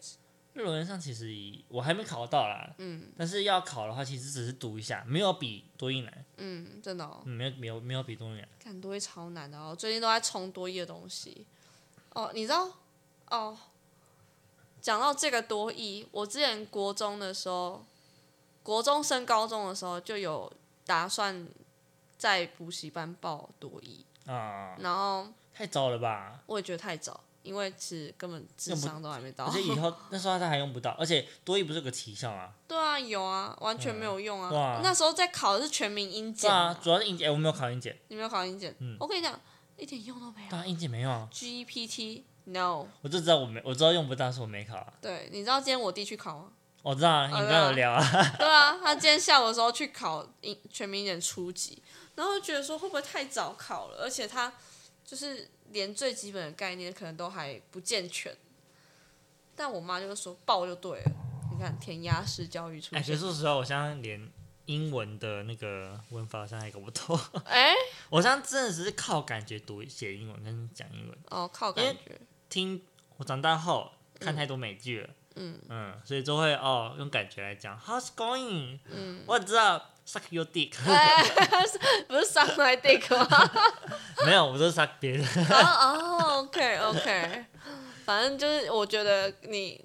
A: 日文上其实以我还没考到啦，
B: 嗯
A: 但是要考的话，其实只是读一下，没有比多一难，
B: 嗯，真的哦，
A: 嗯没有没有没有比多一难。
B: 看多一超难的哦，最近都在冲多一的东西。哦，你知道哦，讲到这个多一，我之前国中的时候，国中升高中的时候就有打算在补习班报多一，
A: 啊、
B: 然后
A: 太糟了吧！
B: 我也觉得太早，因为其实根本智商都还没
A: 而
B: 到
A: 且。以后那时候他还用不到，而且多一不是有个期效吗？
B: 对啊，有啊，完全没有用
A: 对
B: 啊
A: 啊。
B: 那时候在考的是全民英
A: 对
B: 检
A: 啊，
B: 啊，
A: 主要是英检、哎我没有考英检，
B: 你没有考英检
A: 嗯？
B: 我跟你讲，一点用都没
A: 对
B: 有。
A: 啊，英检没用啊，
B: GPT no，
A: 我就知道我没，我知道用不到，但是我没考啊。
B: 对，你知道今天我弟去考吗？ (laughs)
A: 我知道啊，你们刚有聊啊，
B: 对啊，他今天下午的时候去考英全民点初级，然后就觉得说会不会太早考了，而且他就是连最基本的概念可能都还不健全。但我妈就说报就对了，你看填鸭式教育
A: (laughs)
B: 出
A: 哎，可
B: 现
A: 是，说实话，我现在连英文的那个文法现在还搞不懂，
B: 哎、
A: 我现在真的只是靠感觉读写英文跟讲英文。
B: 哦，靠感觉， (laughs)
A: 听我长大后看太多美剧了，
B: 嗯
A: 所以就会哦用感觉来讲，How's going？
B: 嗯，
A: 我知道 suck your
B: (laughs)
A: dick，
B: 哎，不是上来 dick 吗？
A: 没有，我都是 suck 别人。
B: 哦哦，OK OK，反正就是我觉得你，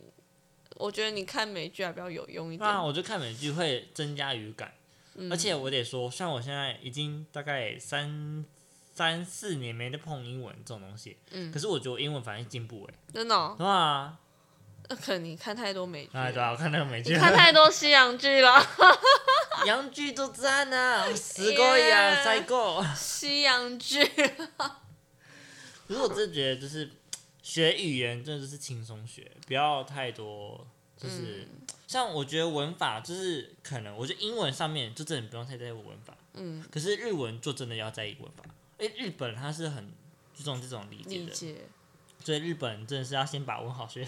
B: 我觉得你看美剧还比较有用一点，
A: 啊那我就看美剧会增加语感，
B: 嗯
A: 而且我得说，像我现在已经大概三三四年没得碰英文这种东西，
B: 嗯
A: 可是我觉得我英文反而进步哎、
B: 真的、哦。
A: 对啊，
B: 那可能你看太多美剧了，
A: 啊对啊，我看那个美
B: 你
A: 剧，
B: 看太多西洋
A: (laughs)
B: 剧了。
A: 洋剧都赞啊，死过呀，
B: Yeah
A: 再过。
B: 西洋剧，
A: 可是我真的觉得，就是学语言真的就是轻松学，不要太多，就是、像我觉得文法就是可能，我觉得英文上面就真的不用太在乎文法，
B: 嗯，
A: 可是日文就真的要在意文法。因为日本它是很注重这种理解
B: 理
A: 的，
B: 解。
A: 所以日本真的是要先把文好学，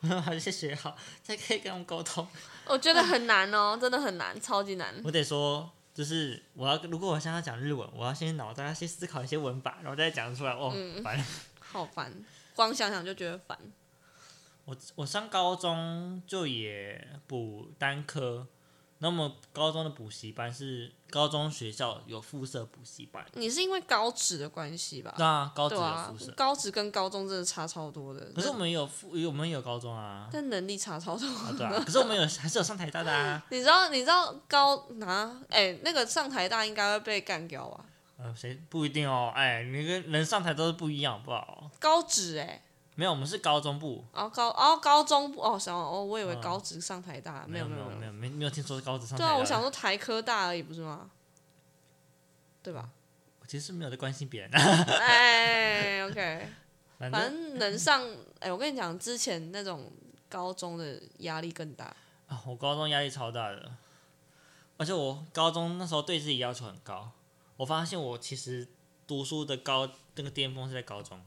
A: 文好先学好，才可以跟他们沟通。
B: 我觉得很难哦，真的很难，超级难。
A: 我得说，就是我要如果我现在要讲日文，我要先脑袋要先思考一些文法，然后再讲出来。哦，
B: 嗯
A: 反正
B: 好烦，光想想就觉得烦。
A: 我我上高中就也补单科，那么高中的补习班是高中学校有附设补习班，
B: 你是因为高职的关系吧？
A: 那高职
B: 对
A: 有
B: 啊
A: 附设，，
B: 高职跟高中真的差超多的。
A: 可是我们也有附，我们也有高中啊，
B: 但能力差超多。
A: 啊对啊，可是我们有还是有上台大的啊，
B: 你知道你知道高拿哎、那个上台大应该会被干掉啊，
A: 呃谁不一定哦，哎，你跟人上台都是不一样，好不好？
B: 高职哎、
A: 没有，我们是高中部，
B: 然后高哦高中部哦想哦我以为
A: 嗯
B: 高职上台大、
A: 没
B: 啊有
A: 没
B: 有
A: 没有没没有听说是高职上台
B: 对
A: 大
B: 啊，
A: 的，
B: 我想说台科大而已，不是吗？对吧？
A: 我其实是没有在关心别人的，
B: 哎，OK，
A: 反
B: 反
A: 正
B: 正能上，哎，我跟你讲，之前那种高中的压力更大，
A: 啊，我高中压力超大的，而且我高中那时候对自己要求很高。我发现我其实读书的高那个巅峰是在高中，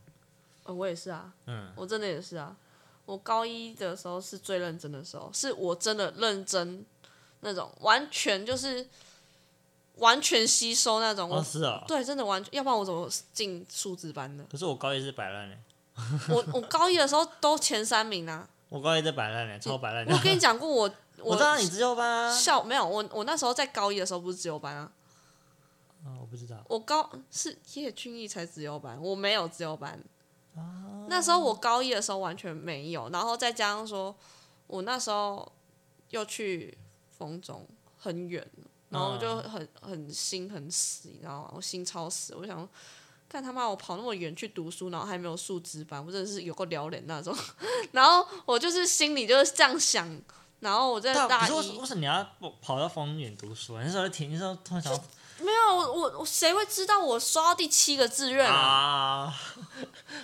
B: 呃我也是啊，
A: 嗯，
B: 我真的也是啊，我高一的时候是最认真的时候，是我真的认真那种，完全就是完全吸收那种，我、
A: 哦是哦。？
B: 对，真的完全，要不然我怎么进数字班呢
A: 可是我高一是摆烂的，
B: 我我高一的时候都前三名啊，
A: 我高一在摆烂的，超摆烂的
B: 我。跟你讲过我。
A: (laughs) 我知道你知道吧？
B: 校没有我，我那时候在高一的时候不是自由班啊，
A: 啊，我不知道。
B: 我高是叶俊逸才自由班，我没有自由班。
A: 哦
B: 那时候我高一的时候完全没有，然后再加上说，我那时候又去丰中
A: 嗯
B: 很远，然后我就很很心很死，你知道吗？我心超死，我想说干他妈，我跑那么远去读书，然后还没有数值班，我真的是有够撩人那种。 (laughs) 然后我就是心里就是这样想，然后我在
A: 但
B: 大
A: 可是
B: 一
A: 为什为什么你要跑跑到丰原读书啊？那时候停，那时候突然想到
B: 没有我我我谁会知道我刷到第七个志愿啊？
A: 啊，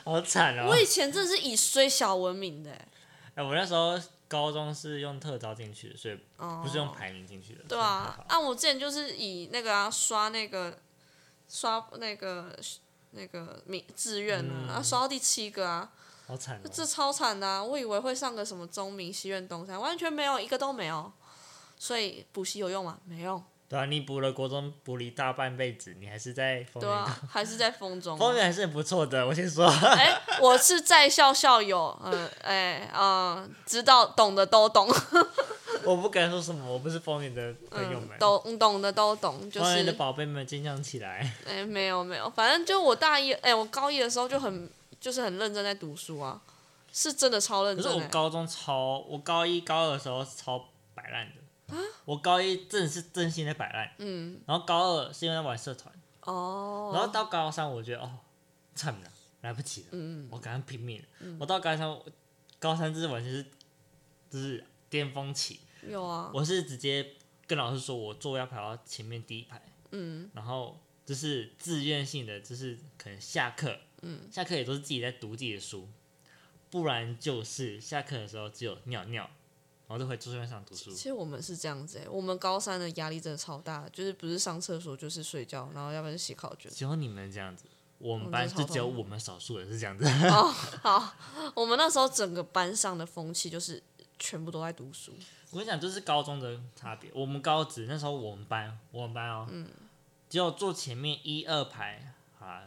A: 好惨哦！
B: 我以前真的是以衰小闻名的、欸，
A: 哎，我那时候高中是用特招进去的，所以
B: 哦，
A: 不是用排名进去的。
B: 对
A: 所以还
B: 啊
A: 好，
B: 啊，我之前就是以那个啊刷那个刷那个那个名志愿啊，
A: 嗯
B: 啊刷到第七个啊，
A: 好惨哦！
B: 这超惨的、啊。我以为会上个什么中明、西苑、东山，完全没有一个都没有。所以补习有用吗？没用。
A: 对啊，你补了国中补了一大半辈子，你还是在丰
B: 对
A: 原读。
B: 啊，还是在风中啊。
A: 丰原还是很不错的，我先说。 (laughs)
B: 哎、我是在校校友，呃，哎、啊，知道懂的都懂，
A: 我不敢说什么，我不是丰原的朋友
B: 嗯
A: 们，。
B: 懂懂的都懂，就
A: 丰原的
B: 是
A: 宝贝们坚强起
B: (laughs)
A: 来。
B: 哎、没有没有，反正就我大一，哎、我高一的时候就很就是很认真在读书啊，是真的超认
A: 可是
B: 真、
A: 我
B: 欸。
A: 高中超，我高一高二的时候是超摆烂的。
B: 啊
A: 我高一真的是真心的摆烂，
B: 嗯，
A: 然后高二是因为在玩社团，然后
B: 哦，
A: 到高三我觉得哦，惨了，来不及了，
B: 嗯，
A: 我赶快拼命了。我到高三，我高三就是完全是就是巅峰期，
B: 有啊，
A: 我是直接跟老师说我座位要排到前面第一排，
B: 嗯，
A: 然后就是自愿性的，就是可能下课，
B: 嗯，
A: 下课也都是自己在读自己的书，不然就是下课的时候只有尿尿，然后就回桌面上读书
B: 其。实我们是这样子、欸，我们高三的压力真的超大，就是不是上厕所就是睡觉，然后要不然就写考卷。
A: 只有你们这样子，我们
B: 我们
A: 班
B: 真的
A: 就
B: 超
A: 只有
B: 痛苦
A: 我们少数人是这样子。
B: 哦，好， (laughs) 我们那时候整个班上的风气就是全部都在读书，
A: 我跟你讲，就是高中的差别。我们高职那时候，我们班，我们班哦，
B: 嗯
A: 只有坐前面一二排啊，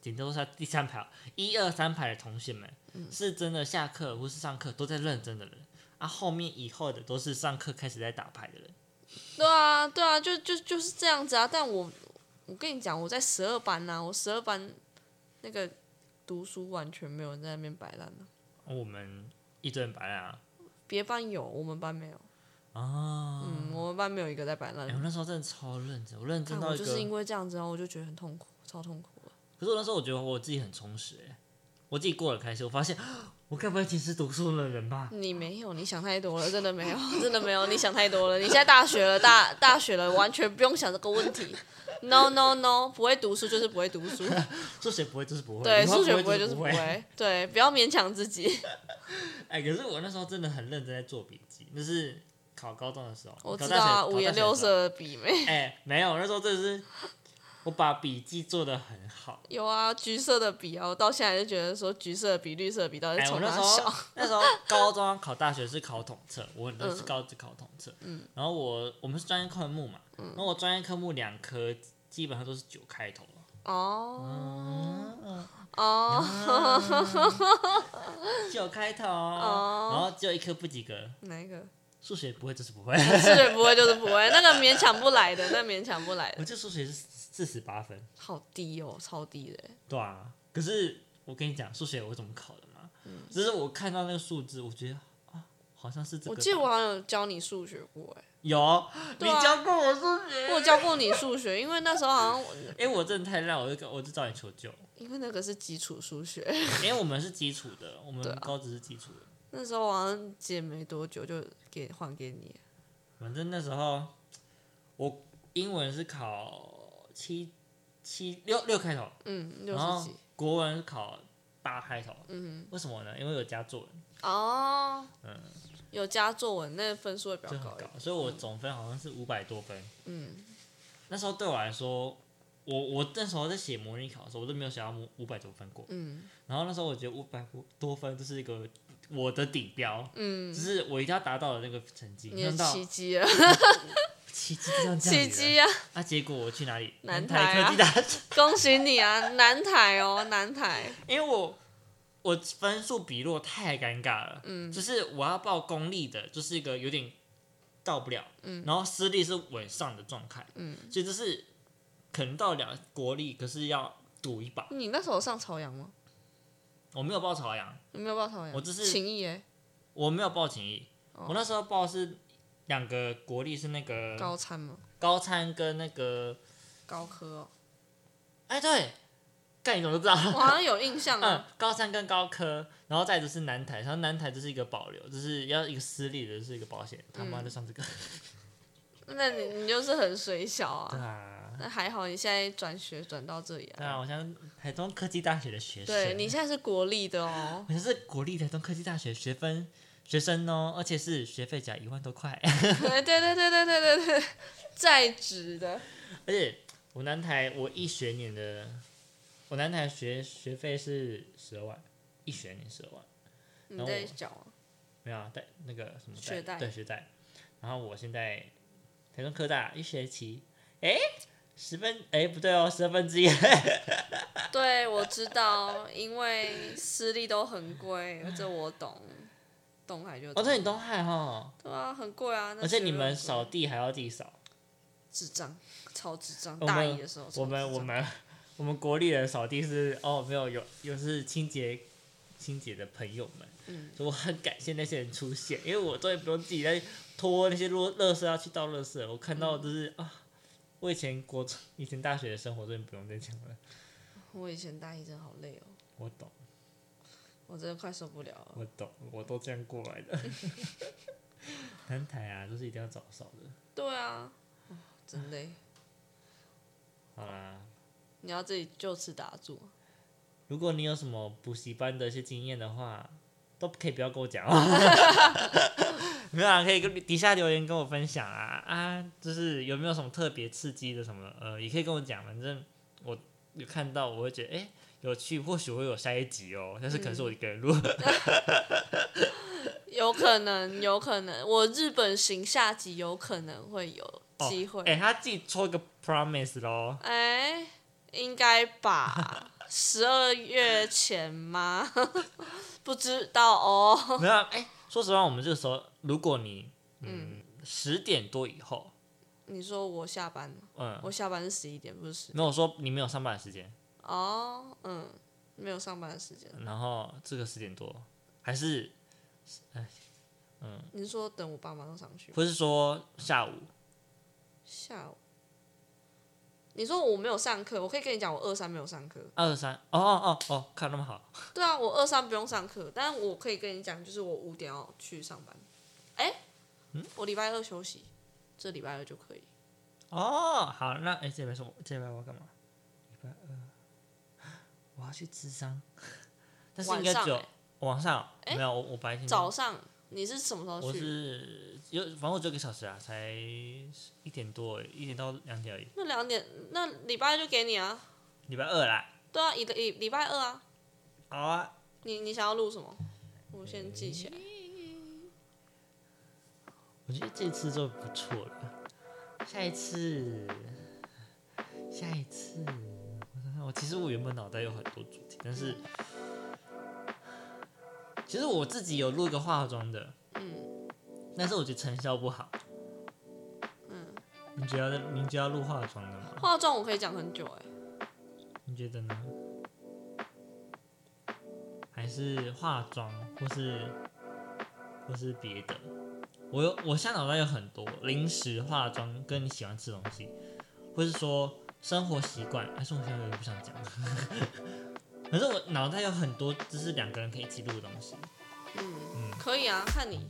A: 顶多是第三排，一二三排的同学们，
B: 嗯
A: 是真的下课或是上课都在认真的人。啊，后面以后的都是上课开始在打牌的人。
B: 对啊，对啊，就就就是这样子啊。但我我跟你讲，我在十二班呐、我十二班那个读书完全没有人在那边摆烂的，
A: 我们一堆人摆烂啊，
B: 别班有，我们班没有。
A: 啊，
B: 嗯，我们班没有一个在摆烂
A: 哎、。我那时候真的超认真，我认真
B: 但
A: 到
B: 嗯我
A: 一
B: 就
A: 个。
B: 是因为这样子，然后我就觉得很痛苦，超痛苦的。
A: 可是我那时候我觉得我自己很充实、哎，我自己过得很开心。我发现 (gasps) 我该不会其实读书的人吧？
B: 你没有，你想太多了，真的没有，真的没有，你想太多了。你现在大学了，大大学了，完全不用想这个问题。No no no，不会读书就是不会
A: (laughs)
B: 读书。
A: 数学不会就是不会，
B: 对，
A: 理化
B: 数学
A: 不
B: 不会就是不
A: 不会。
B: 会，对，不要勉强自己。
A: 哎、可是我那时候真的很认真在做笔记，就是考高中的时候，
B: 我
A: 考
B: 知
A: 大
B: 道
A: 学
B: 啊，五颜六。
A: 考大学的时候
B: 色的笔没 (laughs)
A: 哎、没有，那时候真的是我把笔记做的很好。
B: 有啊，橘色的笔啊，我到现在就觉得说橘色的笔、绿色的笔到底
A: 哎、
B: 是
A: 我
B: 从
A: 那
B: 哪
A: 时 (laughs)
B: 小
A: 候？那时候高中考大学是考统测，我那是高职考统测，
B: 嗯
A: 然后我我们是专业科目嘛，然后我专业科目两科基本上都是九开头的
B: 哦
A: 嗯
B: 哦，
A: 九开头，
B: 哦
A: 然后只有一科不及格，
B: 哪一个？ (laughs)
A: 数学不会就是不会， (laughs)
B: 数学不会就是不会，那个勉强不来的，那勉强不来
A: 我
B: 的，
A: 这数学是四十八分，
B: 好低哦，超低的欸。
A: 对啊，可是嗯我跟你讲，数学我怎么考的嘛，只是我看到那个数字，我觉得啊，好像是这个
B: 我
A: 吧。
B: 记得我好像有教你数学
A: (laughs)
B: 过，哎，
A: 有、你
B: 对啊
A: 教过我数学，
B: 我有教过你数学，因为那时候好像我
A: 哎、我真的太烂，我就跟我就找你求救，
B: 因为那个是基础数学， (laughs)
A: 因为我们是基础的，我
B: 对
A: 们
B: 啊
A: 高职是基础的，
B: 那时候我好像解没多久就给还给你。
A: 反正那时候我英文是考七七六六开头，
B: 嗯，六
A: 然
B: 十
A: 后
B: 几。
A: 国文是考八开头，
B: 嗯
A: 为什么呢？因为有加作文，
B: 哦，
A: 嗯
B: 有加作文，那分数会比
A: 就
B: 较
A: 很
B: 高一点。
A: 高，所以我总分好像是五百多分。
B: 嗯，
A: 那时候对我来说，我我那时候在写模拟考的时候，我都没有想到五百多分过。
B: 嗯
A: 然后那时候我觉得五百多分就是一个我的底标，就
B: 嗯，
A: 是我一定要达到的那个成绩。
B: 你
A: 没想
B: 的
A: 到
B: 奇迹啊，
A: 奇迹就这样降临了
B: 奇迹啊！ (laughs)
A: 啊！结果我去哪里？
B: 南台
A: 台
B: 啊
A: 科技大学， (laughs)
B: 恭喜你啊，南台哦，南台。
A: 因为我我分数笔落太尴尬了。
B: 嗯
A: 就是我要报公立的，就是一个有点到不了，
B: 嗯
A: 然后私立是稳上的状态，
B: 嗯，
A: 所以就是可能到得了国立，可是要赌一把。
B: 你那时候有上朝阳吗？
A: 我没有报朝阳，
B: 你没有报朝阳？
A: 我就是
B: 情谊哎，
A: 我没有报情谊，
B: 哦
A: 我那时候报是两个国立，是那个
B: 高参吗？
A: 高参跟那个， (laughs)
B: 高科哦，
A: 哎对，干你怎么知道？
B: 我好像有印象
A: 嗯 (laughs)
B: 啊。，
A: 高三跟高科，然后再就是南台，然后南台就是一个保留，就是要一个私立的，就是一个保险，他妈
B: 嗯
A: 就上这个。
B: 那你你就是很水小
A: 对
B: 啊。
A: 啊，
B: 那还好，你现在转学转到这里
A: 对
B: 啊。
A: 啊，我像台中科技大学的学生，
B: 对你现在是国立的
A: (laughs)
B: 哦。
A: 我是国立台中科技大学学分学生哦，而且是学费只要一万多块，
B: 对对对对对对对对，在职的。
A: 而且我南台我一学年的，我南台学学费是十二万，一学年十二万，
B: 你在讲啊
A: 没有啊，贷那个什么
B: 学贷
A: 对学贷，然后我现在台中科大一学期，哎，十分哎不对哦，十二分之一， (laughs)
B: 对，我知道，因为私立都很贵，这我懂。东海就
A: 哦
B: 懂
A: 对，你东海哈、哦，
B: 对啊，很贵啊。那
A: 而且
B: 学
A: 你
B: 费
A: 们
B: 很贵
A: 扫地还要地扫。
B: 智障，超智障。
A: 我们
B: 大一的时候超智障，
A: 我们我们我们国立的扫地是哦，没有有有是清洁清洁的朋友们，
B: 嗯
A: 所以我很感谢那些人出现，因为我终于不用自己再拖那些垃垃圾要去倒垃圾了。我看到就是、啊，我以前国中以前大学的生活终于不用再讲了。
B: 我以前大一真的好累哦，
A: 我懂，
B: 我真的快受不了了。
A: 我懂，我都这样过来的。 (laughs) 南台啊，就是一定要早扫的。
B: 对啊，哦真累。
A: 好啦，
B: 你要自己就此打住。
A: 如果你有什么补习班的一些经验的话，都可以不要跟我讲
B: (laughs)
A: 哦。没有啊，可以跟底下留言跟我分享啊啊，就是有没有什么特别刺激的什么呃，也可以跟我讲，反正我有看到我会觉得哎、诶有趣，或许会有下一集哦，但是可能
B: 嗯
A: 是我一个人录。
B: 有可能，有可能，我日本行下集有可能会有机会。
A: 哎、他自己抽一个 promise
B: (laughs)
A: 咯，
B: 哎、应该吧，十二月前吗？ (laughs) 不知道哦。
A: 没有啊哎、说实话，我们这个时候如果你嗯十、0点多以后，
B: 你说我下班了，
A: 嗯，
B: 我下班是十一点，不是十。
A: 没有说你没有上班的时间，
B: 哦，嗯，没有上班的时间。
A: 然后这个十点多，还是嗯
B: 你是说等我爸妈都上去吗，
A: 或是说下午？
B: 下午。你说我没有上课，我可以跟你讲，我二三没有上课。
A: 二三哦哦哦哦，看那么好，
B: 对啊，我二三不用上课，但我可以跟你讲，就是我五点要去上班。哎、
A: 嗯
B: 我礼拜二休息，这礼拜二就可以。
A: 哦好，那哎、这边是我这边我要干嘛？礼拜二我要去智商， (laughs) 但是应该
B: 晚上
A: 只有哦
B: 欸
A: 晚上
B: 欸
A: 没有我我白天
B: 早上你是什么时候
A: 嗯我
B: 去？
A: 是有反正我只有一个小时啊，才一点多而已一点到两点而已，
B: 那两点，那礼拜二就给你啊。
A: 礼拜二啦，
B: 对啊，礼礼礼拜二啊。
A: 好啊，
B: 你你想要录什么？我先记起来。
A: 我觉得这次就不错了，下一次，下一次，我想想，我其实我原本脑袋有很多主题，但是其实我自己有录一个化妆的，
B: 嗯，
A: 但是我觉得成效不好。
B: 嗯，
A: 你觉得你觉得要录化妆的吗？
B: 化妆我可以讲很久哎、
A: 你觉得呢？还是化妆，或是或是别的？我有，我现在脑袋有很多零食、化妆，跟你喜欢吃的东西，或是说生活习惯。但是我现在有点不想 (laughs) 讲，可是我脑袋有很多，就是两个人可以一起录的东西。
B: 嗯，可以啊，看你。